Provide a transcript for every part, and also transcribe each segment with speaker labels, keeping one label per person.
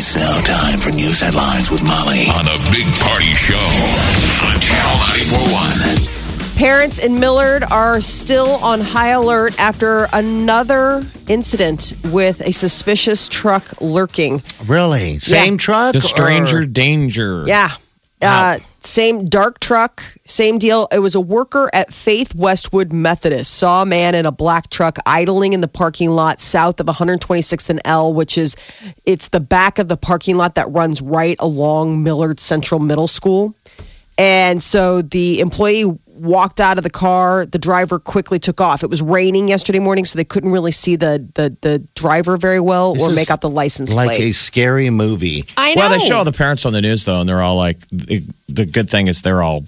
Speaker 1: It's now time for news headlines with Molly on the Big Party Show on Channel 941.
Speaker 2: Parents in Millard are still on high alert after another incident with a suspicious truck lurking.
Speaker 3: Really? Same truck?
Speaker 4: The
Speaker 3: or-
Speaker 4: stranger danger.
Speaker 2: Yeah. Uh, same dark truck, same deal. It was a worker at Faith Westwood Methodist. Saw a man in a black truck idling in the parking lot south of 126th and L, which is it's the back of the parking lot that runs right along Millard Central Middle School. And so the employee walked out of the car. The driver quickly took off. It was raining yesterday morning, so they couldn't really see the the, the driver very well
Speaker 3: This
Speaker 2: or
Speaker 3: is
Speaker 2: make out the license
Speaker 3: like
Speaker 2: plate.
Speaker 3: a scary movie.
Speaker 2: I know.
Speaker 4: Well, they show all the parents on the news though, and they're all like, the, the good thing is they're all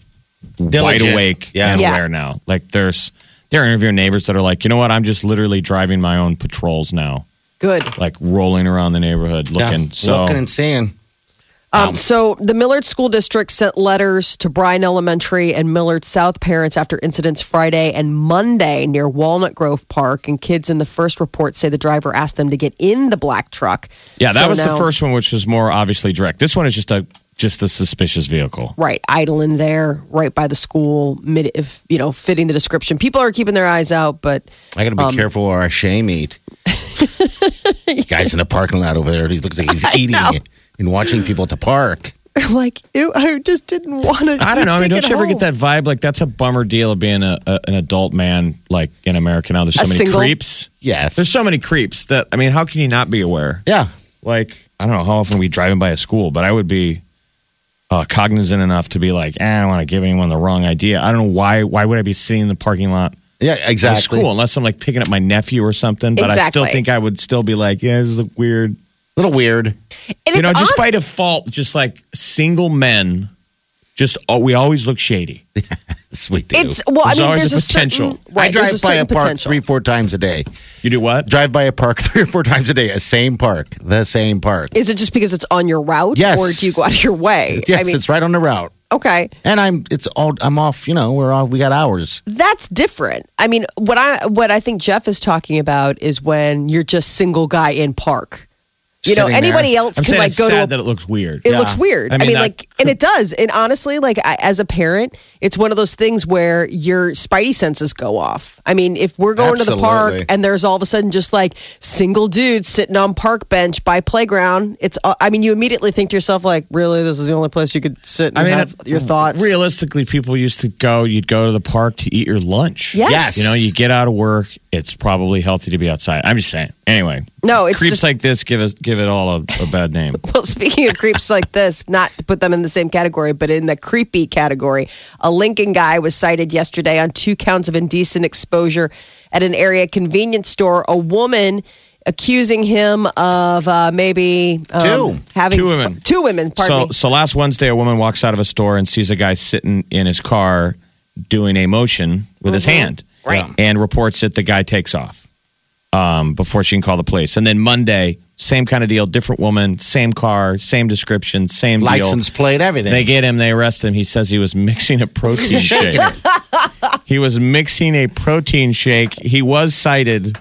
Speaker 4: wide
Speaker 3: Diligent.
Speaker 4: awake
Speaker 3: Yeah.
Speaker 4: and
Speaker 2: Yeah.
Speaker 4: aware now. Like there's they're interviewing neighbors that are like, you know what? I'm just literally driving my own patrols now,
Speaker 2: Good.
Speaker 4: like rolling around the neighborhood looking.
Speaker 3: Yeah,
Speaker 4: so
Speaker 3: looking and seeing.
Speaker 2: Um, so the Millard School District sent letters to Bryan Elementary and Millard South parents after incidents Friday and Monday near Walnut Grove Park. And kids in the first report say the driver asked them to get in the black truck.
Speaker 4: yeah, that
Speaker 2: So
Speaker 4: was
Speaker 2: now-
Speaker 4: the first one, which was more obviously direct. This one is just a just a suspicious vehicle.
Speaker 2: Right, idling there, right by the school, mid, if, you know, fitting the description. People are keeping their eyes out, but
Speaker 3: I got to be careful or I shame eat. Guy's in the parking lot over there. He looks like he's eating it and watching people at the park.
Speaker 2: like, ew, I just didn't want to.
Speaker 4: I don't know. I mean, don't you ever
Speaker 2: home.
Speaker 4: get that vibe? Like that's a bummer deal of being a, a an adult man, like in America now. There's so
Speaker 2: A
Speaker 4: many
Speaker 2: single-
Speaker 4: creeps.
Speaker 3: Yes.
Speaker 4: There's so many creeps that I mean, how can you not be aware?
Speaker 3: Yeah.
Speaker 4: like I don't know how often we driving by a school, but I would be uh, cognizant enough to be like, eh, I don't want to give anyone the wrong idea. I don't know why. Why would I be sitting in the parking lot
Speaker 3: Yeah,
Speaker 4: at
Speaker 3: exactly.
Speaker 4: school unless I'm like picking up my nephew or something? But I still
Speaker 2: Exactly.
Speaker 4: think I would still be like, yeah, this is a weird.
Speaker 3: little weird.
Speaker 2: And
Speaker 4: you
Speaker 2: it's
Speaker 4: know, just
Speaker 2: odd-
Speaker 4: by default, just like single men, just oh, we always look shady.
Speaker 3: Sweet deal.
Speaker 2: It's well, I
Speaker 4: There's
Speaker 2: mean,
Speaker 4: always
Speaker 2: there's
Speaker 4: a
Speaker 2: a certain-
Speaker 4: potential.
Speaker 2: right,
Speaker 3: I drive
Speaker 2: there's
Speaker 3: by a
Speaker 2: certain
Speaker 3: park
Speaker 2: potential.
Speaker 3: three, four times a day.
Speaker 4: You do what?
Speaker 3: Drive by a park three or four times a day. A same park. The same park.
Speaker 2: Is it just because it's on your route,
Speaker 3: Yes.
Speaker 2: or do you go out of your way?
Speaker 3: Yes,
Speaker 2: I mean,
Speaker 3: it's right on the route.
Speaker 2: okay,
Speaker 3: And I'm. It's all. I'm off. You know, we're all. We got hours.
Speaker 2: that's different. I mean, what I what I think Jeff is talking about is when you're just single guy in park. You know,
Speaker 3: Sitting
Speaker 2: anybody
Speaker 3: there.
Speaker 2: else
Speaker 4: I'm
Speaker 2: can
Speaker 4: saying
Speaker 2: like
Speaker 4: it's
Speaker 2: go to a
Speaker 4: sad that it looks weird.
Speaker 2: it looks weird. I
Speaker 4: I
Speaker 2: mean,
Speaker 4: mean, that
Speaker 2: like, and it does. And honestly, like, I, as a parent, it's one of those things where your spidey senses go off. I mean, if we're going to the park
Speaker 3: Absolutely.
Speaker 2: and there's all of a sudden just like single dudes sitting on park bench by playground, it's. uh, I mean, you immediately think to yourself, like, really, this is the only place you could sit and have
Speaker 4: it-
Speaker 2: your thoughts.
Speaker 4: Realistically, people used to go. You'd go to the park to eat your lunch.
Speaker 2: Yes. Yes.
Speaker 4: You know, you get out of work. It's probably healthy to be outside. I'm just saying. Anyway,
Speaker 2: No, Oh, it's
Speaker 4: creeps
Speaker 2: just-
Speaker 4: like this give us give it all a, a bad name.
Speaker 2: Well, speaking of creeps like this, not to put them in the same category, but in the creepy category, a Lincoln guy was cited yesterday on two counts of indecent exposure at an area convenience store. A woman accusing him of uh, maybe um,
Speaker 3: Two.
Speaker 2: having
Speaker 4: Two women.
Speaker 2: Two women, pardon
Speaker 4: so
Speaker 2: me.
Speaker 4: so last Wednesday, a woman walks out of a store and sees a guy sitting in his car doing a motion with his
Speaker 2: Mm-hmm.
Speaker 4: hand,
Speaker 3: Right.
Speaker 4: and reports it. The guy takes off um, before she can call the police. And then Monday, same kind of deal, different woman, same car, same description, same deal.
Speaker 3: License plate. Everything.
Speaker 4: They get him. They arrest him. He says he was mixing a protein shake. he was mixing a protein shake. He was cited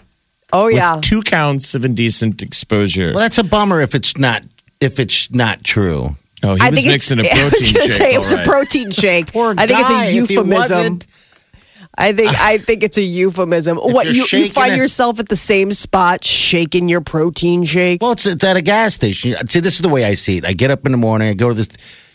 Speaker 2: Oh,
Speaker 4: with
Speaker 2: yeah.
Speaker 4: two counts of indecent exposure.
Speaker 3: Well, that's a bummer if it's not if it's not true.
Speaker 4: Oh, he
Speaker 2: I
Speaker 4: was
Speaker 2: think it's,
Speaker 4: mixing a
Speaker 2: I was
Speaker 4: protein
Speaker 2: gonna
Speaker 4: shake.
Speaker 2: say it
Speaker 4: all
Speaker 2: was
Speaker 4: right.
Speaker 2: a protein shake. I think
Speaker 3: guy,
Speaker 2: it's a
Speaker 3: if he
Speaker 2: euphemism.
Speaker 3: wasn't-
Speaker 2: I think I think it's a euphemism. what
Speaker 3: you're
Speaker 2: you, you
Speaker 3: shaking
Speaker 2: find
Speaker 3: it-
Speaker 2: yourself at the same spot shaking your protein shake?
Speaker 3: Well, it's, it's at a gas station. See, this is the way I see it. I get up in the morning. I go to this.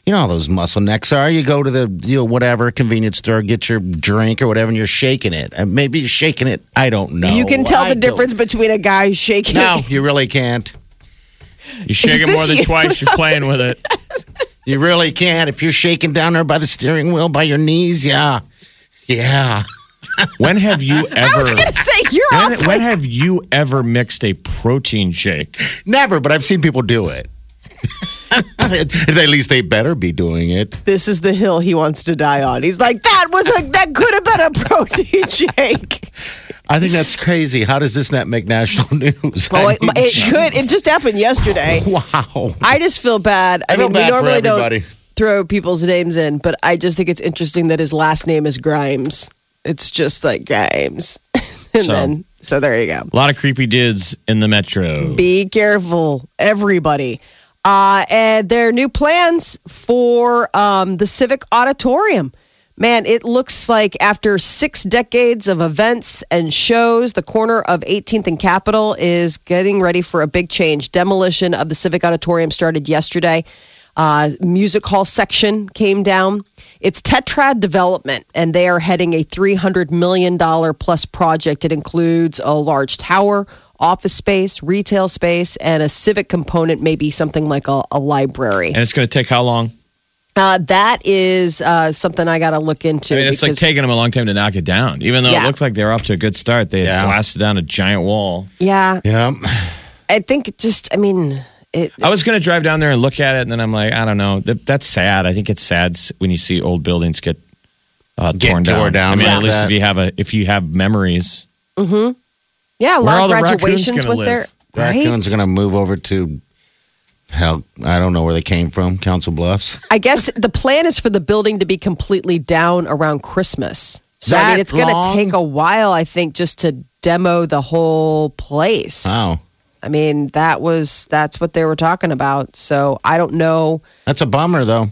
Speaker 3: You know how those muscle necks are. You go to the you know whatever convenience store, get your drink or whatever, and you're shaking it. And maybe you're shaking it. I don't know.
Speaker 2: You can tell
Speaker 3: I
Speaker 2: the
Speaker 3: don't-
Speaker 2: difference between a guy shaking.
Speaker 3: No, you really can't.
Speaker 4: You shake it
Speaker 2: this
Speaker 4: more than
Speaker 2: you?
Speaker 4: twice. You're playing with it.
Speaker 3: You really can't. If you're shaking down there by the steering wheel, by your knees, yeah, yeah.
Speaker 4: When have you
Speaker 2: I
Speaker 4: ever?
Speaker 2: was gonna say you're
Speaker 4: When,
Speaker 2: off.
Speaker 4: when have you ever mixed a protein shake?
Speaker 3: Never, but I've seen people do it. At least they better be doing it.
Speaker 2: This is the hill he wants to die on. He's like, that was a that could have been a protein shake.
Speaker 3: I think that's crazy. How does this not make national news?
Speaker 2: Oh,
Speaker 3: I
Speaker 2: it,
Speaker 3: mean,
Speaker 2: it could. It just happened yesterday.
Speaker 3: wow.
Speaker 2: I just feel bad. I,
Speaker 3: I feel
Speaker 2: mean,
Speaker 3: bad
Speaker 2: we
Speaker 3: for
Speaker 2: normally don't
Speaker 3: everybody.
Speaker 2: throw people's names in, but I just think it's interesting that his last name is Grimes. It's just like Grimes, and
Speaker 4: So-
Speaker 2: then so there you go.
Speaker 4: A lot of creepy dudes in the metro.
Speaker 2: Be careful, everybody. Uh, and their new plans for um, the Civic Auditorium. Man, it looks like after six decades of events and shows, the corner of 18th and Capitol is getting ready for a big change. Demolition of the Civic Auditorium started yesterday. Uh, music hall section came down. It's Tetrad Development, and they are heading a $300 million plus project. It includes a large tower, office space, retail space, and a civic component, maybe something like a, a library.
Speaker 4: And it's going to take how long?
Speaker 2: Uh, that is uh, something I got to look into.
Speaker 4: I mean, it's like
Speaker 2: because-
Speaker 4: taking them a long time to knock it down. Even though
Speaker 2: Yeah.
Speaker 4: it looked like they were off to a good start, they had
Speaker 3: Yeah.
Speaker 4: blasted down a giant wall.
Speaker 2: yeah,
Speaker 3: Yeah.
Speaker 2: I think it just, I mean, it,
Speaker 4: I was going to drive down there and look at it, and then I'm like, I don't know. That, that's sad. I think it's sad s- when you see old buildings get, uh,
Speaker 3: Get
Speaker 4: torn,
Speaker 3: tore down
Speaker 4: I mean,
Speaker 3: like
Speaker 4: at least
Speaker 3: that.
Speaker 4: if you have a if you have memories.
Speaker 2: mm-hmm. yeah, a lot
Speaker 4: Where
Speaker 2: of
Speaker 4: are all the raccoons
Speaker 2: graduations
Speaker 4: gonna
Speaker 2: with
Speaker 4: live?
Speaker 2: their. Right?
Speaker 3: Raccoons are going to move over to hell. I don't know where they came from. Council Bluffs.
Speaker 2: I guess the plan is for the building to be completely down around Christmas. So I mean,
Speaker 3: That
Speaker 2: it's going to
Speaker 3: long?
Speaker 2: take a while, I think, just to demo the whole place.
Speaker 3: Wow.
Speaker 2: I mean, that was that's what they were talking about. So I don't know.
Speaker 3: That's a bummer, though.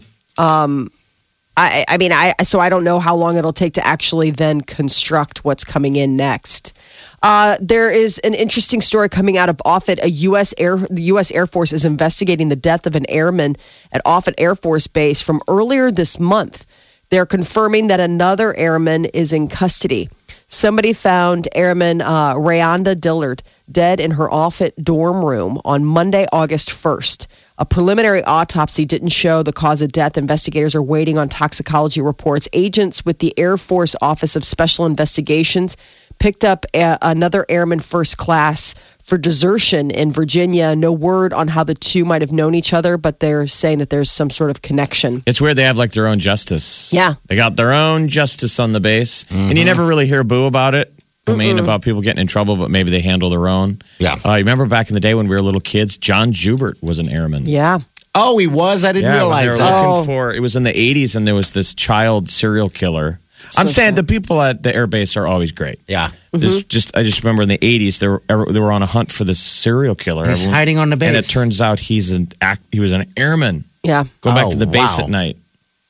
Speaker 2: I, I mean, I so I don't know how long it'll take to actually then construct what's coming in next. Uh, there is an interesting story coming out of Offutt. A U.S. Air the U.S. Air Force is investigating the death of an airman at Offutt Air Force Base from earlier this month. They're confirming that another airman is in custody. Somebody found airman uh, Rayonda Dillard dead in her Offutt dorm room on Monday, August 1st. A preliminary autopsy didn't show the cause of death. Investigators are waiting on toxicology reports. Agents with the Air Force Office of Special Investigations picked up a- another airman first class for desertion in Virginia. No word on how the two might have known each other, but they're saying that there's some sort of connection.
Speaker 4: It's weird they have like their own justice.
Speaker 2: Yeah.
Speaker 4: they got their own justice on the base, and you never really hear boo about it. I mean, about people getting in trouble, but maybe they handle their own.
Speaker 3: Yeah.
Speaker 4: Uh, you remember back in the day when we were little kids, John Jubert was an airman.
Speaker 2: Yeah. Oh.
Speaker 3: Oh, he was. I didn't
Speaker 4: Yeah, when they
Speaker 3: realize
Speaker 4: were
Speaker 3: that. Oh.
Speaker 4: looking for it was in the '80s, and there was this child serial killer. I'm
Speaker 2: So
Speaker 4: saying the people at the airbase are always great.
Speaker 3: Yeah. Mm-hmm.
Speaker 4: There's just I just remember in the '80s they were they were on a hunt for this serial killer.
Speaker 3: He's hiding on the
Speaker 4: and it
Speaker 3: base.
Speaker 4: turns out he's an act. He was an airman.
Speaker 2: Yeah.
Speaker 4: Go back to
Speaker 3: Oh,
Speaker 4: the base
Speaker 3: wow.
Speaker 4: at night.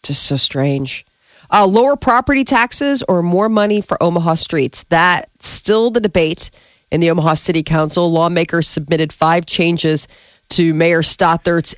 Speaker 2: just so strange. Uh, lower property taxes or more money for Omaha streets? That's still the debate in the Omaha City Council. Lawmakers submitted five changes to Mayor Stothart's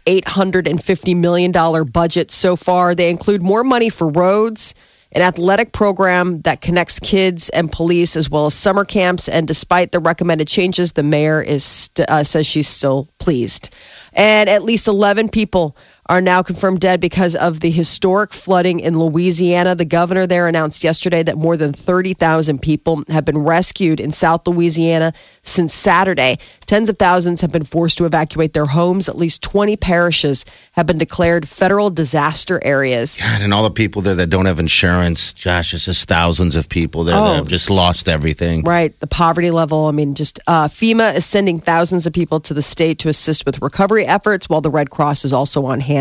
Speaker 2: $850 million budget so far. They include more money for roads, an athletic program that connects kids and police, as well as summer camps. And despite the recommended changes, the mayor is st- uh, says she's still pleased. And at least 11 people are now confirmed dead because of the historic flooding in Louisiana. The governor there announced yesterday that more than 30,000 people have been rescued in South Louisiana since Saturday. Tens of thousands have been forced to evacuate their homes. At least 20 parishes have been declared federal disaster areas.
Speaker 3: God, and all the people there that don't have insurance. Josh, it's just thousands of people there that
Speaker 2: Oh.
Speaker 3: have just lost everything.
Speaker 2: Right. The poverty level. I mean, just uh, FEMA is sending thousands of people to the state to assist with recovery efforts, while the Red Cross is also on hand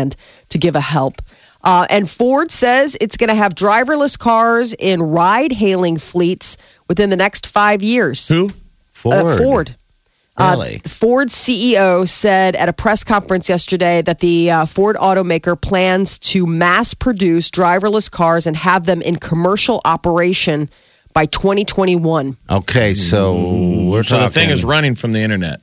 Speaker 2: to give a help. Uh, and Ford says it's going to have driverless cars in ride hailing fleets within the next five years.
Speaker 4: Who?
Speaker 3: Ford.
Speaker 2: Uh, Ford. Uh,
Speaker 3: Really?
Speaker 2: Ford CEO said at a press conference yesterday that the uh, Ford automaker plans to mass produce driverless cars and have them in commercial operation by 2021.
Speaker 3: okay, so we're
Speaker 4: Mm. So
Speaker 3: talking.
Speaker 4: the thing is running from the internet.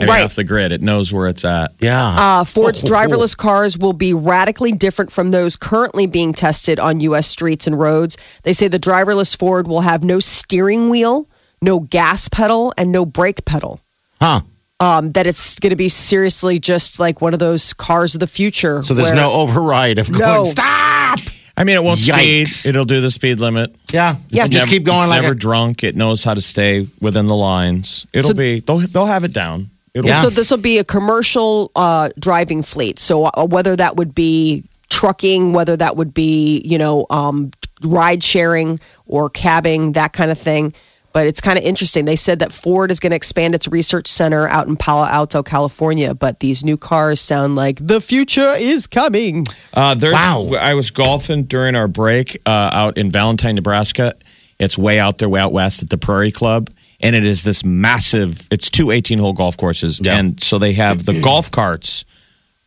Speaker 4: I mean,
Speaker 2: Right.
Speaker 4: off the grid. It knows where it's at.
Speaker 3: yeah.
Speaker 2: Uh, Ford's driverless cars will be radically different from those currently being tested on U.S. streets and roads. They say the driverless Ford will have no steering wheel, no gas pedal, and no brake pedal.
Speaker 3: huh.
Speaker 2: Um, that it's going to be seriously just like one of those cars of the future.
Speaker 3: So there's
Speaker 2: where-
Speaker 3: no override of
Speaker 2: No.
Speaker 3: going, stop.
Speaker 4: I mean, it won't
Speaker 3: Yikes.
Speaker 4: speed. It'll do the speed limit.
Speaker 3: Yeah. Yeah. Just
Speaker 4: It's never-
Speaker 3: keep going
Speaker 4: It's
Speaker 3: like
Speaker 4: never
Speaker 3: a-
Speaker 4: drunk. It knows how to stay within the lines. It'll
Speaker 2: So-
Speaker 4: be. They'll they'll have it down. It'll,
Speaker 3: Yeah.
Speaker 2: So this will be a commercial uh, driving fleet. So uh, whether that would be trucking, whether that would be you know um, ride sharing or cabbing, that kind of thing. But it's kind of interesting. They said that Ford is going to expand its research center out in Palo Alto, California. But these new cars sound like the future is coming.
Speaker 4: Uh, there's,
Speaker 3: Wow.
Speaker 4: I was golfing during our break uh, out in Valentine, Nebraska. It's way out there, way out west at the Prairie Club. And it is this massive, it's two 18 hole golf courses. And so they have the golf carts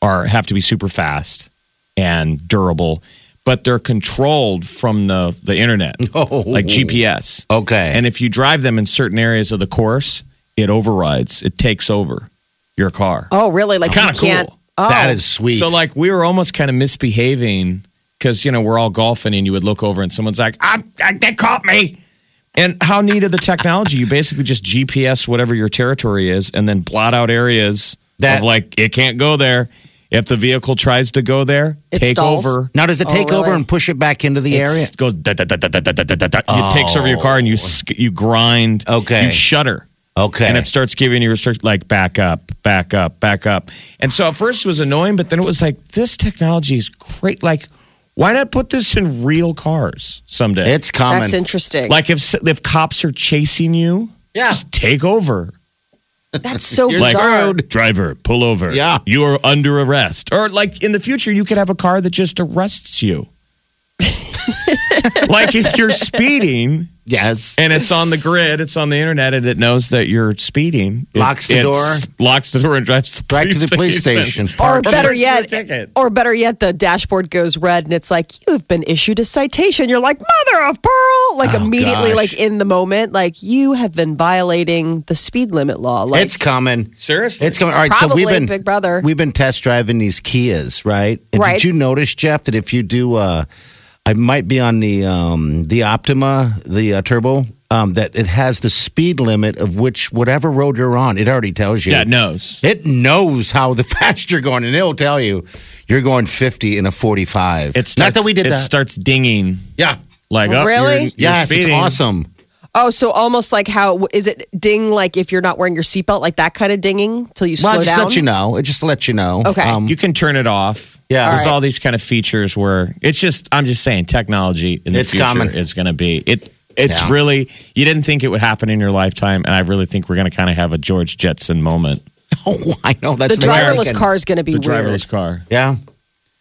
Speaker 4: are have to be super fast and durable, but they're controlled from the, the internet, like GPS.
Speaker 3: Oh. Okay.
Speaker 4: And if you drive them in certain areas of the course, it overrides, it takes over your car.
Speaker 2: Oh, really? Like
Speaker 4: kinda
Speaker 2: you can't.
Speaker 4: cool.
Speaker 2: Oh,
Speaker 3: That is sweet.
Speaker 4: So like we were almost kind of misbehaving because you know we're all golfing and you would look over and someone's like, I, I, "They caught me." And how neat of the technology? You basically just GPS whatever your territory is, and then blot out areas
Speaker 3: That-
Speaker 4: of like it can't go there. If the vehicle tries to go there,
Speaker 2: It
Speaker 4: take
Speaker 2: stalls?
Speaker 4: over.
Speaker 3: now, does it
Speaker 2: Oh,
Speaker 3: take over
Speaker 2: really?
Speaker 3: and push it back into the area? Oh.
Speaker 4: It goes. Da, da, da, da, da, da, da, da, da. It takes over your car and you sk- you grind.
Speaker 3: Okay.
Speaker 4: You shudder.
Speaker 3: Okay.
Speaker 4: And it starts giving you restrict like back up, back up, back up. And so at first it was annoying, but then it was like this technology is great. Like, why not put this in real cars someday?
Speaker 3: it's coming.
Speaker 2: that's interesting.
Speaker 4: like if if cops are chasing you,
Speaker 3: Yeah.
Speaker 4: just take over.
Speaker 2: that's so
Speaker 3: You're
Speaker 4: Like
Speaker 2: bizarre.
Speaker 4: driver, pull over.
Speaker 3: Yeah.
Speaker 4: you are under arrest. Or like in the future, you could have a car that just arrests you. like if you're speeding
Speaker 3: yes.
Speaker 4: and it's on the grid, it's on the internet, and it knows that you're speeding. It-
Speaker 3: Locks the
Speaker 4: it's-
Speaker 3: door.
Speaker 4: locks the door, and drives to the
Speaker 3: Drive
Speaker 4: police
Speaker 3: to the police station.
Speaker 2: or
Speaker 3: Park.
Speaker 2: better
Speaker 4: Or
Speaker 2: yet,
Speaker 4: ticket.
Speaker 2: or better yet, the dashboard goes red and it's like you've been issued a citation. You're like mother of pearl, like immediately,
Speaker 3: gosh.
Speaker 2: like in the moment, like you have been violating the speed limit law. Like
Speaker 3: it's coming.
Speaker 4: Seriously,
Speaker 3: It's coming. All right, so
Speaker 2: Probably
Speaker 3: we've been
Speaker 2: Big Brother.
Speaker 3: We've been test driving these Kias, right? And
Speaker 2: Right.
Speaker 3: Did you notice, Jeff, that if you do, uh, I might be on the um, the Optima, the uh, turbo, um, that it has the speed limit of which whatever road you're on, it already tells you.
Speaker 4: yeah, it knows.
Speaker 3: It knows how the fast you're going, and it'll tell you you're going 50 in a 45.
Speaker 4: It's
Speaker 3: not that we did
Speaker 4: it
Speaker 3: that.
Speaker 4: starts dinging
Speaker 3: yeah.
Speaker 4: like up.
Speaker 2: Really?
Speaker 3: Yes, it's
Speaker 4: speeding.
Speaker 3: awesome.
Speaker 2: oh, so almost like how is it ding? Like if you're not wearing your seatbelt, like that kind of dinging till you
Speaker 3: Well,
Speaker 2: slow
Speaker 3: it just
Speaker 2: down.
Speaker 3: let you know. It just lets you know. Um,
Speaker 2: Okay.
Speaker 4: You can turn it off.
Speaker 3: Yeah.
Speaker 4: there's
Speaker 3: All
Speaker 4: all these kind of features where it's just. I'm just saying, technology in the
Speaker 3: It's
Speaker 4: future
Speaker 3: coming.
Speaker 4: is going to be it. It's
Speaker 3: Yeah.
Speaker 4: really you didn't think it would happen in your lifetime, and I really think we're going to kind of have a George Jetson moment.
Speaker 3: oh, I know.
Speaker 2: The
Speaker 3: That's
Speaker 2: driverless
Speaker 3: American.
Speaker 2: car is going to be
Speaker 4: The
Speaker 2: weird.
Speaker 4: driverless car.
Speaker 3: Yeah.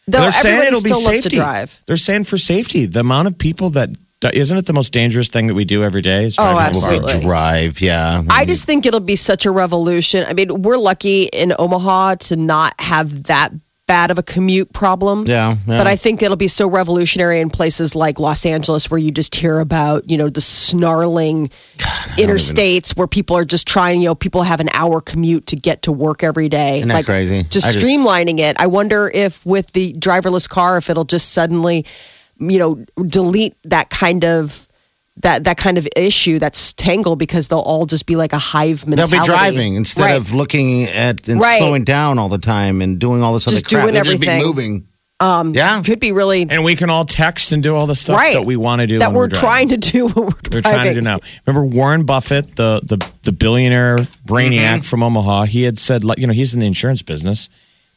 Speaker 2: Though
Speaker 4: They're saying
Speaker 2: everybody
Speaker 4: it'll
Speaker 2: still
Speaker 4: be
Speaker 2: loves
Speaker 4: safety.
Speaker 2: to drive.
Speaker 4: They're saying for safety, the amount of people that isn't it the most dangerous thing that we do every day? Is
Speaker 2: Oh,
Speaker 4: driving a car?
Speaker 2: absolutely.
Speaker 3: Drive, yeah.
Speaker 2: I just think it'll be such a revolution. I mean, we're lucky in Omaha to not have that bad of a commute problem.
Speaker 3: Yeah, yeah.
Speaker 2: But I think it'll be so revolutionary in places like Los Angeles where you just hear about, you know, the snarling interstates where people are just trying, you know, people have an hour commute to get to work every day.
Speaker 3: Isn't that crazy?
Speaker 2: Just
Speaker 3: I just-
Speaker 2: streamlining it. I wonder if with the driverless car, if it'll just suddenly, you know, delete that kind of that that kind of issue that's tangle because they'll all just be like a hive
Speaker 3: They'll
Speaker 2: mentality.
Speaker 3: be driving instead
Speaker 2: Right.
Speaker 3: of looking at and
Speaker 2: Right.
Speaker 3: slowing down all the time and doing all this
Speaker 2: Just
Speaker 3: other crap.
Speaker 2: doing
Speaker 3: They'll
Speaker 2: everything.
Speaker 3: Just be moving. Um, yeah.
Speaker 2: could be really
Speaker 4: And we can all text and do all the stuff
Speaker 2: right
Speaker 4: that we want to do.
Speaker 2: that
Speaker 4: when we're,
Speaker 2: we're, trying to do when we're driving.
Speaker 4: We're trying to do now. Remember Warren Buffett, the the, the billionaire brainiac
Speaker 2: Mm-hmm.
Speaker 4: from Omaha. He had said, like, you know, he's in the insurance business.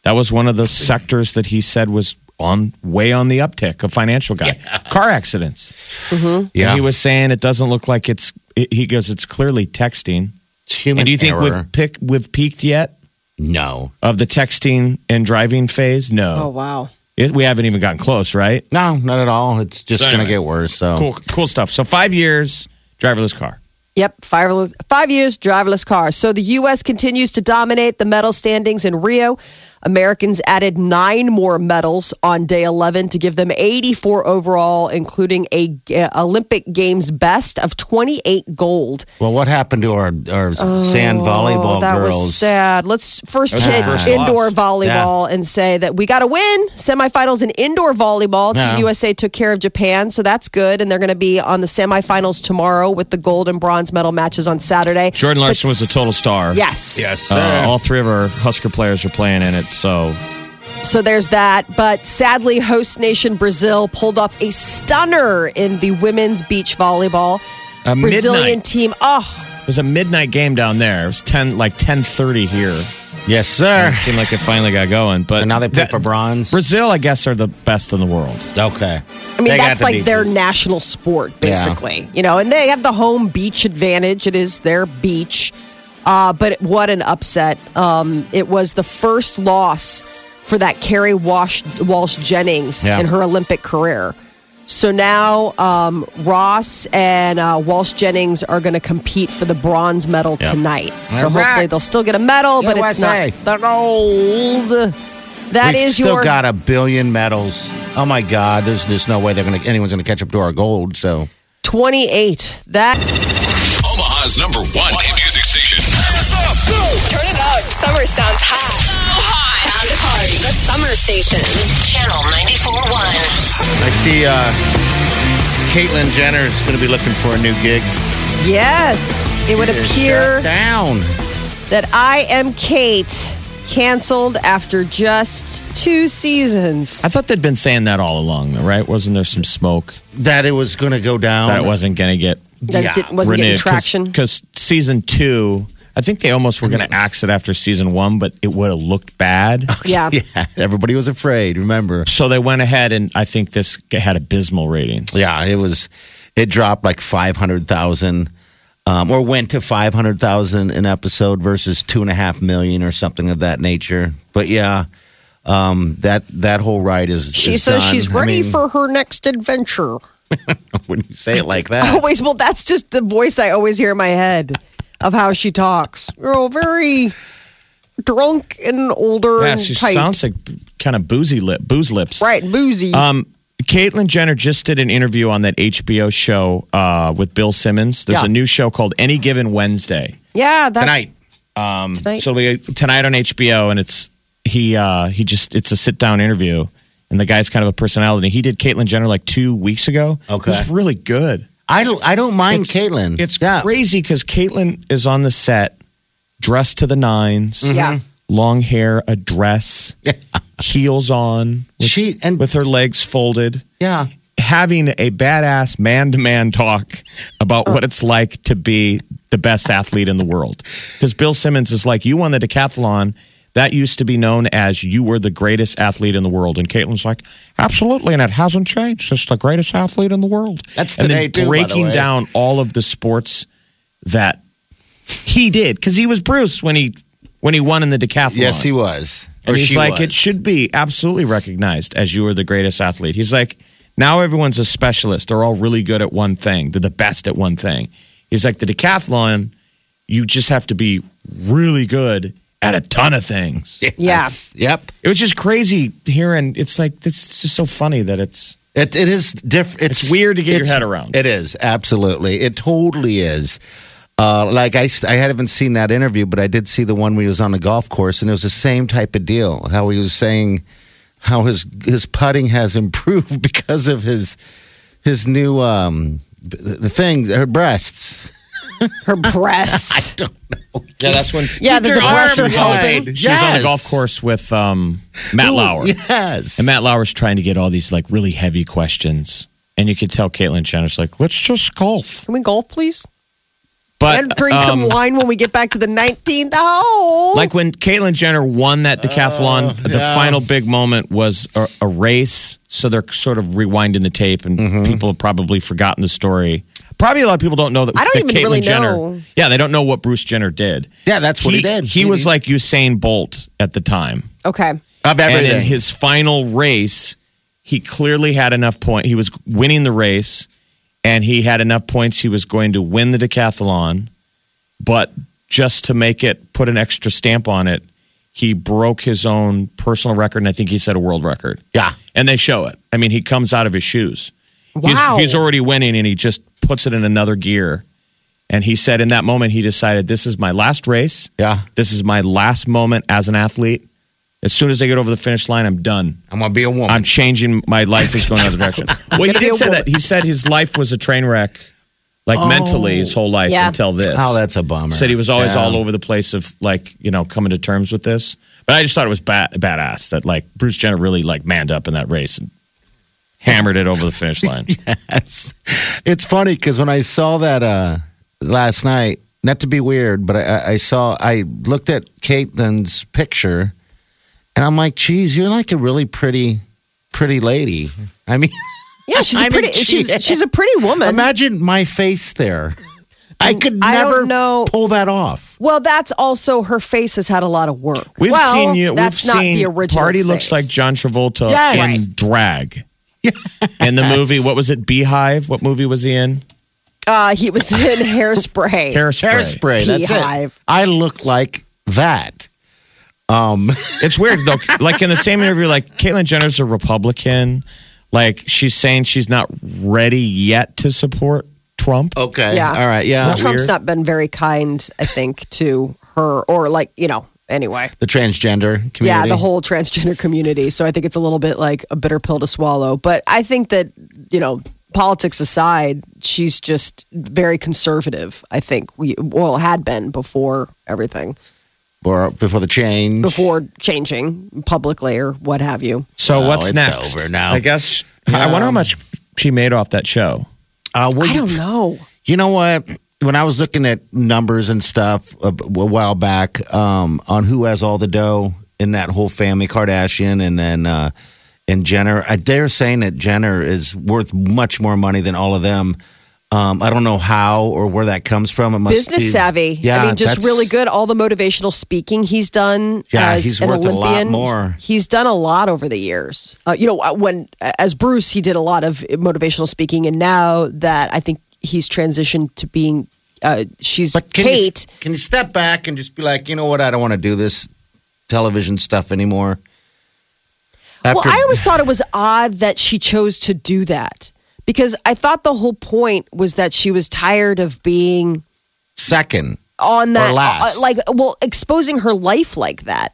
Speaker 4: That was one of the sectors that he said was on way on the uptick. A financial guy, car accidents.
Speaker 3: Yeah.
Speaker 4: And he was saying it doesn't look like it's. It, he goes, it's clearly texting.
Speaker 3: It's human
Speaker 4: And do you think
Speaker 3: error.
Speaker 4: we've pick, we've peaked yet
Speaker 3: No.
Speaker 4: of the texting and driving phase?
Speaker 2: Oh
Speaker 4: No,
Speaker 2: wow.
Speaker 4: it, we haven't even gotten close, right?
Speaker 3: No, not at all. It's just going to get worse. So
Speaker 4: Cool, cool stuff. So five years driverless car.
Speaker 2: Yep, five, five years driverless cars. So the U.S. continues to dominate the medal standings in Rio. Americans added nine more medals on day 11 to give them 84 overall, including a uh, Olympic Games best of 28 gold.
Speaker 3: well, what happened to our, our sand volleyball
Speaker 2: Oh, that
Speaker 3: girls?
Speaker 2: was sad. Let's first
Speaker 4: That was our
Speaker 2: hit
Speaker 4: first
Speaker 2: indoor
Speaker 4: loss.
Speaker 2: volleyball and say that we got to win semifinals in indoor volleyball.
Speaker 3: Yeah.
Speaker 2: Team USA took care of Japan, so that's good. And they're going to be on the semifinals tomorrow with the gold and bronze medal matches on Saturday.
Speaker 4: Jordan Larson was a total star.
Speaker 2: Yes.
Speaker 3: Yes.
Speaker 4: Uh, all three of our Husker players are playing in it, so
Speaker 2: So there's that. But sadly, host nation Brazil pulled off a stunner in the women's beach volleyball.
Speaker 4: A
Speaker 2: Brazilian
Speaker 4: midnight.
Speaker 2: team. Oh,
Speaker 4: It was a midnight game down there. It was ten like ten thirty here.
Speaker 3: Yes, sir.
Speaker 4: It seemed like it finally got going, but
Speaker 3: And now they play
Speaker 4: that-
Speaker 3: for bronze.
Speaker 4: Brazil, I guess, are the best in the world.
Speaker 3: Okay.
Speaker 2: I mean, that's like their national sport, basically. You know, and they have the home beach advantage. It is their beach. Uh, but what an upset. Um, it was the first loss for that Carrie Wash, Walsh Jennings
Speaker 3: Yeah.
Speaker 2: in her Olympic career. So now um, Ross and uh, Walsh Jennings are going to compete for the bronze medal
Speaker 3: Yeah.
Speaker 2: tonight. So
Speaker 3: All right.
Speaker 2: hopefully they'll still get a medal, but it's
Speaker 3: USA.
Speaker 2: not the gold. That
Speaker 3: We've
Speaker 2: is
Speaker 3: still
Speaker 2: your
Speaker 3: got a billion medals. Oh my God! There's just no way they're gonna anyone's gonna catch up to our gold. So
Speaker 2: 28. That.
Speaker 1: Omaha's number one hit music station.
Speaker 5: Turn it up. Summer sounds hot. So hot. Time to party. The Summer Station. Channel 94.1.
Speaker 3: I see uh, Caitlyn Jenner is gonna be looking for a new gig.
Speaker 2: Yes, it would appear
Speaker 3: Shut down.
Speaker 2: that I Am Kate canceled after just two seasons.
Speaker 4: I thought they'd been saying that all along, though, right? Wasn't there some smoke
Speaker 3: That it was gonna go down.
Speaker 4: that it wasn't going to get
Speaker 2: Oh, That it didn't- wasn't getting traction.
Speaker 4: Because season two, I think they almost were going to axe it after season one, but it would have looked bad.
Speaker 2: yeah.
Speaker 3: Yeah, everybody was afraid. Remember?
Speaker 4: so they went ahead, and I think this had abysmal ratings.
Speaker 3: Yeah, it was. It dropped like five hundred thousand, um, or went to five hundred thousand an episode versus two and a half million or something of that nature. But yeah, um, that that whole ride is.
Speaker 2: She
Speaker 3: is
Speaker 2: says
Speaker 3: done.
Speaker 2: she's
Speaker 3: I
Speaker 2: ready
Speaker 3: mean,
Speaker 2: for her next adventure.
Speaker 3: when you say it like that.
Speaker 2: Always, well, that's just the voice I always hear in my head of how she talks. Oh, very drunk and older
Speaker 4: Yeah,
Speaker 2: and
Speaker 4: she
Speaker 2: tight.
Speaker 4: sounds like kind of boozy lip, booze lips.
Speaker 2: right, boozy.
Speaker 4: Um, Caitlyn Jenner just did an interview on that HBO show uh, with Bill Simmons. There's
Speaker 2: Yeah.
Speaker 4: a new show called Any Given Wednesday.
Speaker 2: yeah, that,
Speaker 3: Tonight,
Speaker 2: tonight.
Speaker 4: So we tonight on HBO, and it's he uh, he just it's a sit down interview, and the guy's kind of a personality. He did Caitlyn Jenner like two weeks ago.
Speaker 3: Okay.
Speaker 4: it's really good.
Speaker 3: I don't. I don't mind Caitlyn.
Speaker 4: It's
Speaker 3: yeah.
Speaker 4: crazy because Caitlyn is on the set, dressed to the 9s
Speaker 2: yeah.
Speaker 4: long hair, a dress, heels on, with,
Speaker 3: She and
Speaker 4: with her legs folded.
Speaker 3: yeah.
Speaker 4: having a badass man to man talk about what it's like to be the best athlete in the world. Because Bill Simmons is like, you won the decathlon. That used to be known as you were the greatest athlete in the world. And Caitlin's like, absolutely. And it hasn't changed. It's the greatest athlete in the world.
Speaker 3: That's
Speaker 4: and
Speaker 3: today,
Speaker 4: then
Speaker 3: too, by the
Speaker 4: breaking
Speaker 3: way.
Speaker 4: down all of the sports that he did. Because he was Bruce when he when he won in the decathlon.
Speaker 3: Yes, he was.
Speaker 4: And
Speaker 3: Or
Speaker 4: he's
Speaker 3: she
Speaker 4: like,
Speaker 3: was.
Speaker 4: it should be absolutely recognized as you are the greatest athlete. He's like, now everyone's a specialist. They're all really good at one thing. They're the best at one thing. He's like, the decathlon, you just have to be really good at a ton of things.
Speaker 3: Yes. Yep.
Speaker 4: It was just crazy hearing. It's like, this it's just so funny that it's.
Speaker 3: It, it is different. It's,
Speaker 4: It's weird to get your
Speaker 3: it's-
Speaker 4: head around.
Speaker 3: It is absolutely. It totally is. Uh, like I, s- I haven't seen that interview, but I did see the one where he was on the golf course, and it was the same type of deal. How he was saying how his his putting has improved because of his his new um th- the thing her breasts.
Speaker 2: Her breasts.
Speaker 4: Yeah, that's when.
Speaker 2: yeah, the, the breasts are helping.
Speaker 4: She was on the
Speaker 3: Yes.
Speaker 4: golf course with um, Matt Lauer.
Speaker 3: Yes,
Speaker 4: And Matt Lauer's trying to get all these like really heavy questions. And you could tell Caitlyn Jenner's like, let's just golf.
Speaker 2: Can we golf, please?
Speaker 4: But
Speaker 2: and drink some
Speaker 4: um,
Speaker 2: wine when we get back to the 19th hole.
Speaker 4: Like when Caitlyn Jenner won that decathlon, the
Speaker 3: Oh, yeah.
Speaker 4: final big moment was a, a race. So they're sort of rewinding the tape, and
Speaker 3: Mm-hmm.
Speaker 4: people have probably forgotten the story. Probably a lot of people don't know that.
Speaker 2: I don't
Speaker 4: that
Speaker 2: even
Speaker 4: Caitlyn
Speaker 2: really
Speaker 4: Jenner,
Speaker 2: know.
Speaker 4: Yeah, they don't know what Bruce Jenner did.
Speaker 3: Yeah, that's what he did.
Speaker 4: He
Speaker 3: He
Speaker 4: was
Speaker 3: did.
Speaker 4: like Usain Bolt at the time.
Speaker 2: okay.
Speaker 3: of
Speaker 4: And in
Speaker 3: everything.
Speaker 4: his final race, he clearly had enough point. He was winning the race, and he had enough points. He was going to win the decathlon, but just to make it put an extra stamp on it, he broke his own personal record, and I think he set a world record.
Speaker 3: yeah,
Speaker 4: And they show it. I mean, he comes out of his shoes.
Speaker 2: Wow.
Speaker 4: He's, he's already winning, and he just puts it in another gear. And he said in that moment, he decided, this is my last race.
Speaker 3: yeah.
Speaker 4: This is my last moment as an athlete. As soon as I get over the finish line, I'm done.
Speaker 3: I'm gonna be a woman.
Speaker 4: I'm changing my life is going another direction. well, he did say that. He said his life was a train wreck like mentally his whole life
Speaker 6: Yeah.
Speaker 4: until this.
Speaker 3: Oh, that's a bummer.
Speaker 4: Said he was always
Speaker 3: Yeah.
Speaker 4: all over the place of like you know coming to terms with this. But I just thought it was bad, badass that like Bruce Jenner really like manned up in that race and hammered it over the finish line.
Speaker 3: It's, it's funny because when I saw that uh, last night, not to be weird, but I, I- I saw, I looked at Caitlin's picture and I'm like, geez, you're like a really pretty, pretty lady. I mean,
Speaker 2: Yeah, she's
Speaker 3: I
Speaker 2: a
Speaker 3: mean,
Speaker 2: pretty.
Speaker 3: she-
Speaker 2: she's she's a pretty woman.
Speaker 3: imagine my face there. I could
Speaker 2: I
Speaker 3: never
Speaker 2: don't know-
Speaker 3: pull that off.
Speaker 2: well, that's also her face has had a lot of work.
Speaker 4: We've
Speaker 2: well,
Speaker 4: seen you.
Speaker 2: That's
Speaker 4: we've
Speaker 2: not
Speaker 4: seen
Speaker 2: the original.
Speaker 4: Party looks like
Speaker 2: face.
Speaker 4: John Travolta
Speaker 3: Yes.
Speaker 4: in
Speaker 3: Right.
Speaker 4: drag. In the movie, what was it? Beehive. What movie was he in?
Speaker 2: Uh, he was in hairspray.
Speaker 4: Hairspray.
Speaker 3: Hairspray, that's it.
Speaker 2: Beehive.
Speaker 3: I look like that.
Speaker 4: It's weird though. like in the same interview, like Caitlyn Jenner's a Republican. Like she's saying she's not ready yet to support Trump.
Speaker 3: Okay.
Speaker 2: Yeah.
Speaker 3: All right. Yeah.
Speaker 2: Well, Trump's not been very kind, I think, to her or like you know. Anyway,
Speaker 3: The transgender community.
Speaker 2: yeah, the whole transgender community. So I think it's a little bit like a bitter pill to swallow. But I think that you know, politics aside, she's just very conservative. I think we well had been before everything,
Speaker 3: Or before the change.
Speaker 2: before changing publicly or what have you.
Speaker 4: So what's
Speaker 3: it's
Speaker 4: next?
Speaker 3: over now.
Speaker 4: I guess. I wonder how much she made off that show.
Speaker 3: Uh, well,
Speaker 2: I
Speaker 3: you-
Speaker 2: don't know.
Speaker 3: You know what? When I was looking at numbers and stuff a, a while back um, on who has all the dough in that whole family, Kardashian and then uh, and Jenner, I, they're saying that Jenner is worth much more money than all of them. Um, I don't know how or where that comes from. It must
Speaker 2: business
Speaker 3: be-
Speaker 2: savvy.
Speaker 3: Yeah,
Speaker 2: I mean, just
Speaker 3: that's-
Speaker 2: really good. All the motivational speaking he's done
Speaker 3: Yeah,
Speaker 2: as
Speaker 3: he's
Speaker 2: an
Speaker 3: worth a lot
Speaker 2: Olympian.
Speaker 3: more.
Speaker 2: He's done a lot over the years. Uh, you know, when as Bruce, he did a lot of motivational speaking, and now that I think he's transitioned to being, uh, she's
Speaker 3: But can
Speaker 2: Kate.
Speaker 3: You, can you step back and just be like, you know what? I don't want to do this television stuff anymore. After-
Speaker 2: well, I always thought it was odd that she chose to do that because I thought the whole point was that she was tired of being
Speaker 3: second.
Speaker 2: on that,
Speaker 3: last.
Speaker 2: uh, like, well, exposing her life like that.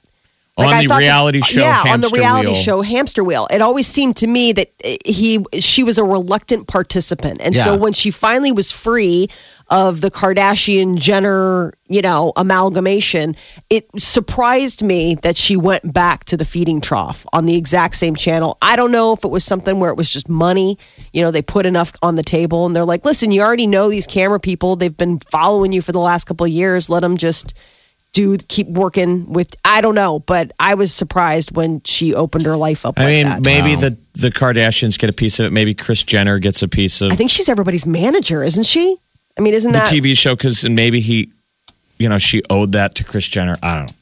Speaker 4: On
Speaker 2: Like, I
Speaker 4: the
Speaker 2: thought that-
Speaker 4: reality show
Speaker 2: yeah, on the
Speaker 4: Hamster
Speaker 2: reality
Speaker 4: Wheel.
Speaker 2: show Hamster Wheel. It always seemed to me that uh, he, she was a reluctant participant, and so
Speaker 3: Yeah.
Speaker 2: when she finally was free of the Kardashian Jenner, you know, amalgamation, it surprised me that she went back to the feeding trough on the exact same channel. I don't know if it was something where it was just money, you know, they put enough on the table, and they're like, listen, you already know these camera people; they've been following you for the last couple of years. Let them just do keep working with I don't know, but I was surprised when she opened her life up.
Speaker 4: I
Speaker 2: like
Speaker 4: mean,
Speaker 2: that.
Speaker 4: maybe the the Kardashians get a piece of it. Maybe Chris Jenner gets a piece of
Speaker 2: I think she's everybody's manager, isn't she? I mean, isn't
Speaker 4: the
Speaker 2: that
Speaker 4: TV show because and maybe he, you know, she owed that to Chris Jenner. I don't know.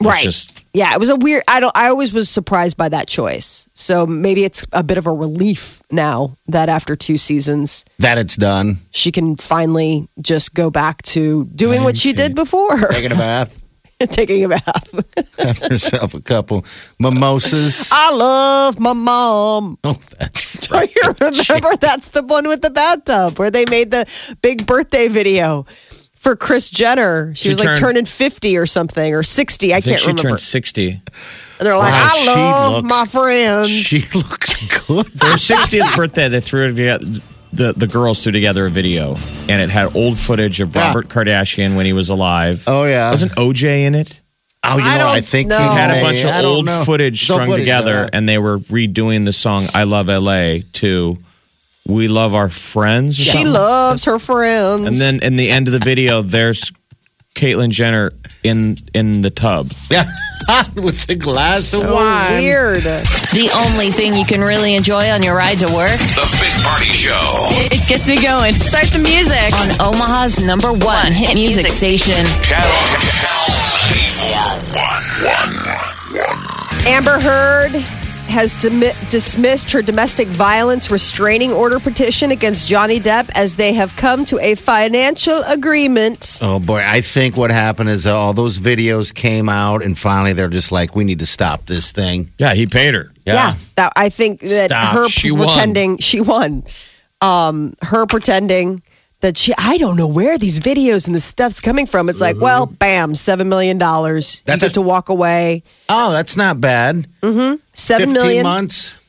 Speaker 4: It's
Speaker 2: right?
Speaker 4: just-
Speaker 2: yeah, it was a weird. I don't. I always was surprised by that choice. So maybe it's a bit of a relief now that after two seasons,
Speaker 3: That it's done.
Speaker 2: she can finally just go back to doing what she did before,
Speaker 3: Taking a bath.
Speaker 2: taking a bath.
Speaker 3: have yourself a couple mimosas.
Speaker 2: I love my mom.
Speaker 3: Oh, that's
Speaker 2: Do you remember? That's the one with the bathtub where they made the big birthday video for Chris Jenner. She,
Speaker 4: She
Speaker 2: was like
Speaker 4: turned-
Speaker 2: turning 50 or something or 60. I,
Speaker 4: I think
Speaker 2: can't
Speaker 4: she
Speaker 2: remember.
Speaker 4: turned sixty.
Speaker 2: and they're like,
Speaker 3: Wow,
Speaker 2: I
Speaker 3: she
Speaker 2: love
Speaker 3: looks-
Speaker 2: my friends.
Speaker 3: she looks good.
Speaker 4: For her 60th birthday, they threw together, the, the girls threw together a video, and it had old footage of
Speaker 3: Yeah.
Speaker 4: Robert Kardashian when he was alive.
Speaker 3: Oh, yeah.
Speaker 4: Wasn't OJ in it?
Speaker 3: Oh, you
Speaker 2: I
Speaker 3: know, I
Speaker 2: don't
Speaker 3: think
Speaker 2: know.
Speaker 3: he
Speaker 4: He had a
Speaker 2: Oh,
Speaker 4: bunch
Speaker 3: I
Speaker 4: of
Speaker 3: don't
Speaker 4: old
Speaker 3: know.
Speaker 4: footage
Speaker 3: Some
Speaker 4: strung
Speaker 3: footage, uh,
Speaker 4: together,
Speaker 3: yeah.
Speaker 4: and they were redoing the song I Love LA to We Love Our Friends. or
Speaker 2: She
Speaker 4: something.
Speaker 2: loves her friends.
Speaker 4: And then in the end of the video, there's Caitlyn Jenner in in the tub.
Speaker 3: yeah, with a glass of
Speaker 2: so
Speaker 3: wine.
Speaker 2: weird.
Speaker 6: The only thing you can really enjoy on your ride to work.
Speaker 1: The Big Party Show.
Speaker 6: It gets me going. Start the music on Omaha's number one, hit music, station.
Speaker 1: Channel, channel 941.
Speaker 2: Amber Heard has demi- dismissed her domestic violence restraining order petition against Johnny Depp as they have come to a financial agreement.
Speaker 3: Oh boy, I think what happened is uh, all those videos came out, and finally they're just like, we need to stop this thing.
Speaker 4: Yeah, he paid her.
Speaker 2: Yeah, that I think that
Speaker 3: Stop.
Speaker 2: her
Speaker 4: She won.
Speaker 2: pretending she won. Um, her pretending that she I don't know where these videos and the stuff's coming from. It's like, well, bam, seven million dollars. You
Speaker 3: That's
Speaker 2: get
Speaker 3: a-
Speaker 2: to walk away.
Speaker 3: Oh, that's not bad.
Speaker 2: Seven
Speaker 3: Fifteen
Speaker 2: million
Speaker 3: months.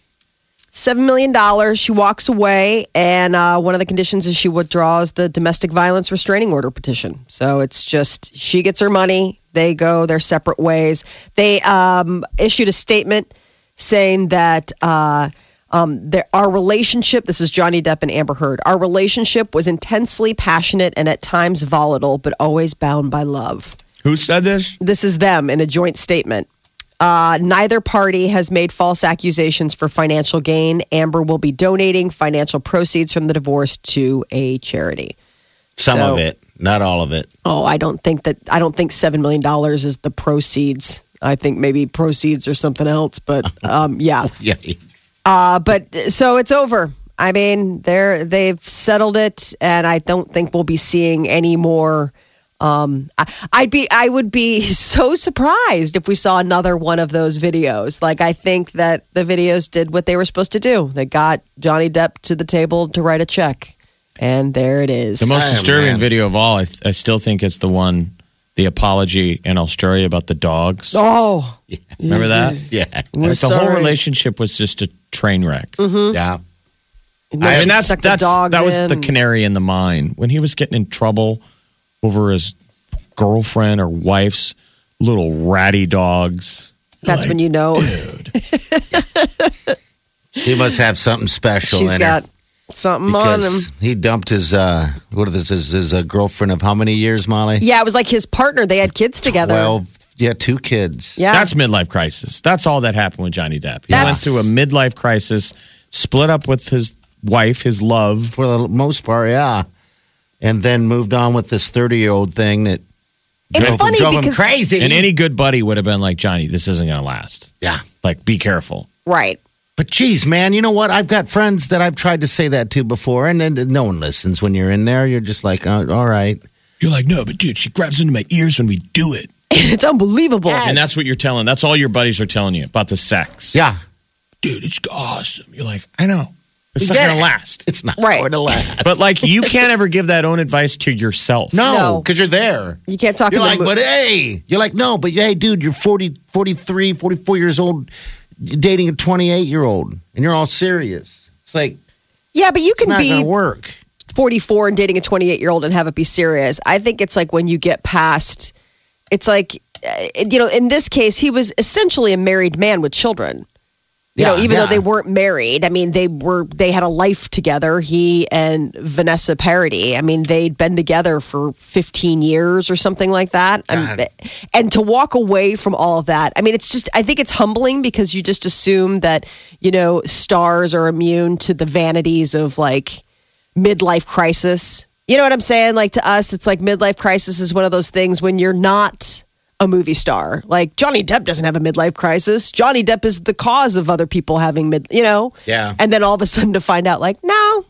Speaker 2: Seven million dollars. She walks away, and uh, one of the conditions is she withdraws the domestic violence restraining order petition. So it's just she gets her money. They go their separate ways. They um, issued a statement saying that uh, um, there, our relationship, this is Johnny Depp and Amber Heard, our relationship was intensely passionate and at times volatile, but always bound by love.
Speaker 4: Who said this?
Speaker 2: This is them in a joint statement. Uh, neither party has made false accusations for financial gain. Amber will be donating financial proceeds from the divorce to a charity.
Speaker 3: Some
Speaker 2: So-
Speaker 3: of it, not all of it.
Speaker 2: Oh, I don't think that I don't think seven million dollars is the proceeds. I think maybe proceeds or something else, but um, yeah.
Speaker 3: Yikes.
Speaker 2: Uh, but so it's over. I mean, they're they've settled it, and I don't think we'll be seeing any more. Um, I, I'd be I would be so surprised if we saw another one of those videos. Like I think that the videos did what they were supposed to do. They got Johnny Depp to the table to write a check, and there it is.
Speaker 4: The most
Speaker 3: Damn,
Speaker 4: disturbing
Speaker 3: man.
Speaker 4: video of all, I, I still think it's the one, the apology in Australia about the dogs.
Speaker 2: oh,
Speaker 4: Remember that?
Speaker 3: Yeah.
Speaker 2: we're
Speaker 4: the whole
Speaker 2: sorry.
Speaker 4: relationship was just a train wreck.
Speaker 2: Mm-hmm.
Speaker 3: Yeah.
Speaker 4: I
Speaker 2: She
Speaker 4: mean, that's,
Speaker 2: sucked the
Speaker 4: that's
Speaker 2: dogs
Speaker 4: that was the
Speaker 2: in.
Speaker 4: canary in the mine when he was getting in trouble over his girlfriend or wife's little ratty dogs.
Speaker 2: That's when you know
Speaker 3: He must have something special
Speaker 2: she's
Speaker 3: in
Speaker 2: got
Speaker 3: her.
Speaker 2: something on him.
Speaker 3: Because he dumped his uh what is this his uh, girlfriend of how many years, Molly?
Speaker 2: Yeah, it was like his partner. They had kids together.
Speaker 3: Twelve yeah, two kids.
Speaker 2: yeah,
Speaker 4: That's midlife crisis. That's all that happened with Johnny Depp. He went
Speaker 2: That's-
Speaker 4: through a midlife crisis, split up with his wife, his love.
Speaker 3: For the most part, yeah. And then moved on with this thirty year old thing that
Speaker 2: It's
Speaker 3: drove,
Speaker 2: funny
Speaker 3: drove him
Speaker 2: because-
Speaker 3: crazy.
Speaker 4: And any good buddy would have been like, Johnny, this isn't going to last.
Speaker 3: yeah.
Speaker 4: Like, be careful.
Speaker 2: right.
Speaker 3: But geez, man, you know what? I've got friends that I've tried to say that to before, and then no one listens when you're in there. You're just like, oh, all right.
Speaker 4: You're like, no, but dude, she grabs into my ears when we do it.
Speaker 2: It's unbelievable.
Speaker 4: And that's what you're telling. That's all your buddies are telling you about the sex.
Speaker 3: Yeah.
Speaker 4: Dude, it's awesome. You're like, I know. It's
Speaker 3: You
Speaker 4: not
Speaker 3: get
Speaker 4: going to
Speaker 3: it.
Speaker 4: last.
Speaker 3: It's not
Speaker 2: Right.
Speaker 3: going to last.
Speaker 4: But like, you can't ever give that own advice to yourself.
Speaker 3: No,
Speaker 2: No.
Speaker 3: because you're there.
Speaker 2: You can't talk
Speaker 3: You're
Speaker 2: about
Speaker 3: like, but hey, you're like, no, but hey, dude, you're 40, 43, 44 years old, you're dating a 28 year old, and you're all serious. It's like,
Speaker 2: Yeah, but you
Speaker 3: it's
Speaker 2: can
Speaker 3: not going
Speaker 2: be
Speaker 3: to work.
Speaker 2: 44 and dating a 28 year old and have it be serious. I think it's like when you get past, it's like, uh, you know, in this case, he was essentially a married man with children. You know,
Speaker 3: Yeah,
Speaker 2: even
Speaker 3: yeah.
Speaker 2: though they weren't married, I mean, they were, they had a life together. He and Vanessa Paradis. I mean, they'd been together for 15 years or something like that. Um, and to walk away from all of that, I mean, it's just, I think it's humbling because you just assume that, you know, stars are immune to the vanities of like, midlife crisis. You know what I'm saying? Like to us, it's like midlife crisis is one of those things when you're not a movie star. Like Johnny Depp doesn't have a midlife crisis. Johnny Depp is the cause of other people having mid, you know?
Speaker 3: Yeah.
Speaker 2: And then all of a sudden to find out, like, no,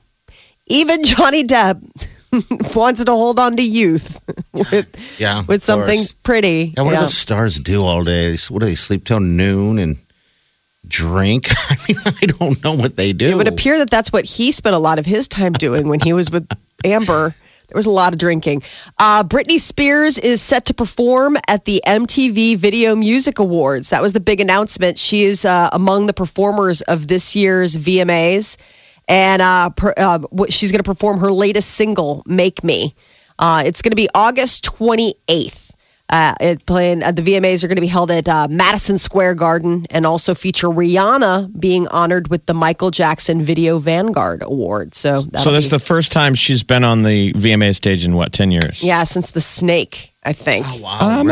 Speaker 2: even Johnny Depp wants to hold on to youth with,
Speaker 3: Yeah.
Speaker 2: with
Speaker 3: of
Speaker 2: something
Speaker 3: course.
Speaker 2: pretty.
Speaker 3: Yeah, what
Speaker 2: you
Speaker 3: do
Speaker 2: know?
Speaker 3: those stars do all day? They- What do they sleep till noon and drink? I mean, I don't know what they do.
Speaker 2: It would appear that that's what he spent a lot of his time doing when he was with Amber. There was a lot of drinking. Uh, Britney Spears is set to perform at the MTV Video Music Awards. That was the big announcement. She is uh, among the performers of this year's VMAs, and uh, per, uh, what- she's going to perform her latest single, "Make Me." Uh, it's going to be August 28th. Uh, it playing uh, the VMAs are going to be held at uh, Madison Square Garden and also feature Rihanna being honored with the Michael Jackson Video Vanguard Award. So,
Speaker 4: So
Speaker 2: that'll
Speaker 4: that's
Speaker 2: be-
Speaker 4: the first time she's been on the VMA stage in what ten years?
Speaker 2: yeah, since the Snake, I think
Speaker 3: Oh,
Speaker 2: Mm-hmm.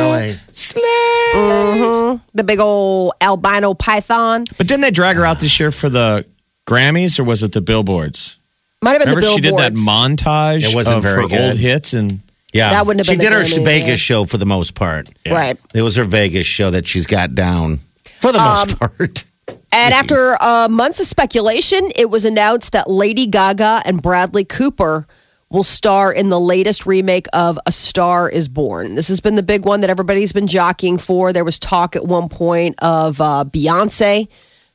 Speaker 3: wow, really?
Speaker 2: the big old albino python
Speaker 4: But didn't they drag her out this year for the Grammys or was it the Billboards?
Speaker 2: might have been
Speaker 4: Remember
Speaker 2: the
Speaker 4: she did that
Speaker 2: billboards.
Speaker 4: montage
Speaker 3: It wasn't
Speaker 4: of
Speaker 3: very
Speaker 4: her
Speaker 3: good.
Speaker 4: old hits and
Speaker 3: Yeah,
Speaker 2: That wouldn't have
Speaker 3: she
Speaker 2: been the
Speaker 3: did her
Speaker 2: Grammy,
Speaker 3: Vegas
Speaker 2: yeah.
Speaker 3: show for the most part.
Speaker 2: Right. Um,
Speaker 3: it was her Vegas show that she's got down for the most part.
Speaker 2: And after uh, months of speculation, it was announced that Lady Gaga and Bradley Cooper will star in the latest remake of A Star Is Born. This has been the big one that everybody's been jockeying for. There was talk at one point of uh, Beyonce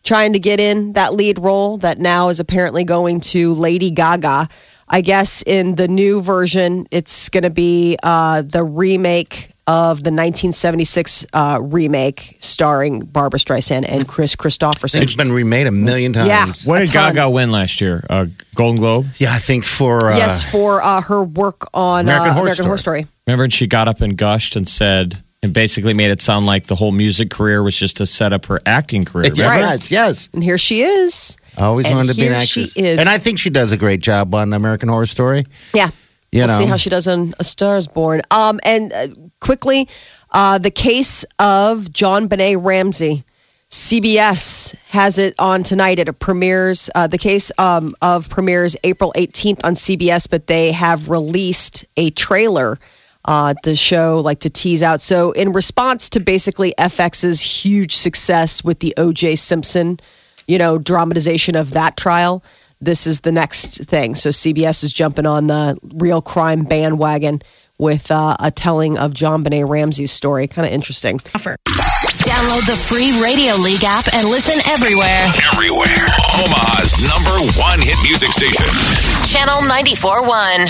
Speaker 2: trying to get in that lead role that now is apparently going to Lady Gaga. I guess in the new version, it's going to be uh, the remake of the 1976 uh, remake starring Barbara Streisand and Chris Christopherson.
Speaker 3: It's been remade a million times.
Speaker 2: Yeah.
Speaker 4: Where
Speaker 2: a
Speaker 4: did
Speaker 2: ton.
Speaker 4: Gaga win last year? Uh, Golden Globe.
Speaker 3: Yeah, I think for uh,
Speaker 2: yes, for uh, her work on
Speaker 3: American
Speaker 2: uh,
Speaker 3: Horror
Speaker 2: American Horror
Speaker 3: Story.
Speaker 2: Story.
Speaker 4: Remember, and she got up and gushed and said, and basically made it sound like the whole music career was just to set up her acting career.
Speaker 3: yeah,
Speaker 4: Remember?
Speaker 2: Right.
Speaker 3: yes, yes.
Speaker 2: And here she is.
Speaker 3: I always
Speaker 2: And
Speaker 3: wanted to be an
Speaker 2: here she
Speaker 3: actress.
Speaker 2: is.
Speaker 3: And I think she does a great job on American Horror Story.
Speaker 2: Yeah.
Speaker 3: You
Speaker 2: we'll
Speaker 3: know.
Speaker 2: see how she does on A Star is Born. Um, and uh, quickly, uh, the case of John Benet Ramsey. CBS has it on tonight. It premieres. Uh, the case um, of premieres April 18th on CBS, but they have released a trailer uh, to show, like to tease out. So, in response to basically FX's huge success with the O.J. Simpson you know, dramatization of that trial. This is the next thing. So CBS is jumping on the real crime bandwagon with uh, a telling of John Benet Ramsey's story. Kind of interesting.
Speaker 6: Download the free Radio League app and listen everywhere.
Speaker 1: Everywhere. Omaha's number one hit music station.
Speaker 6: Channel 94.1.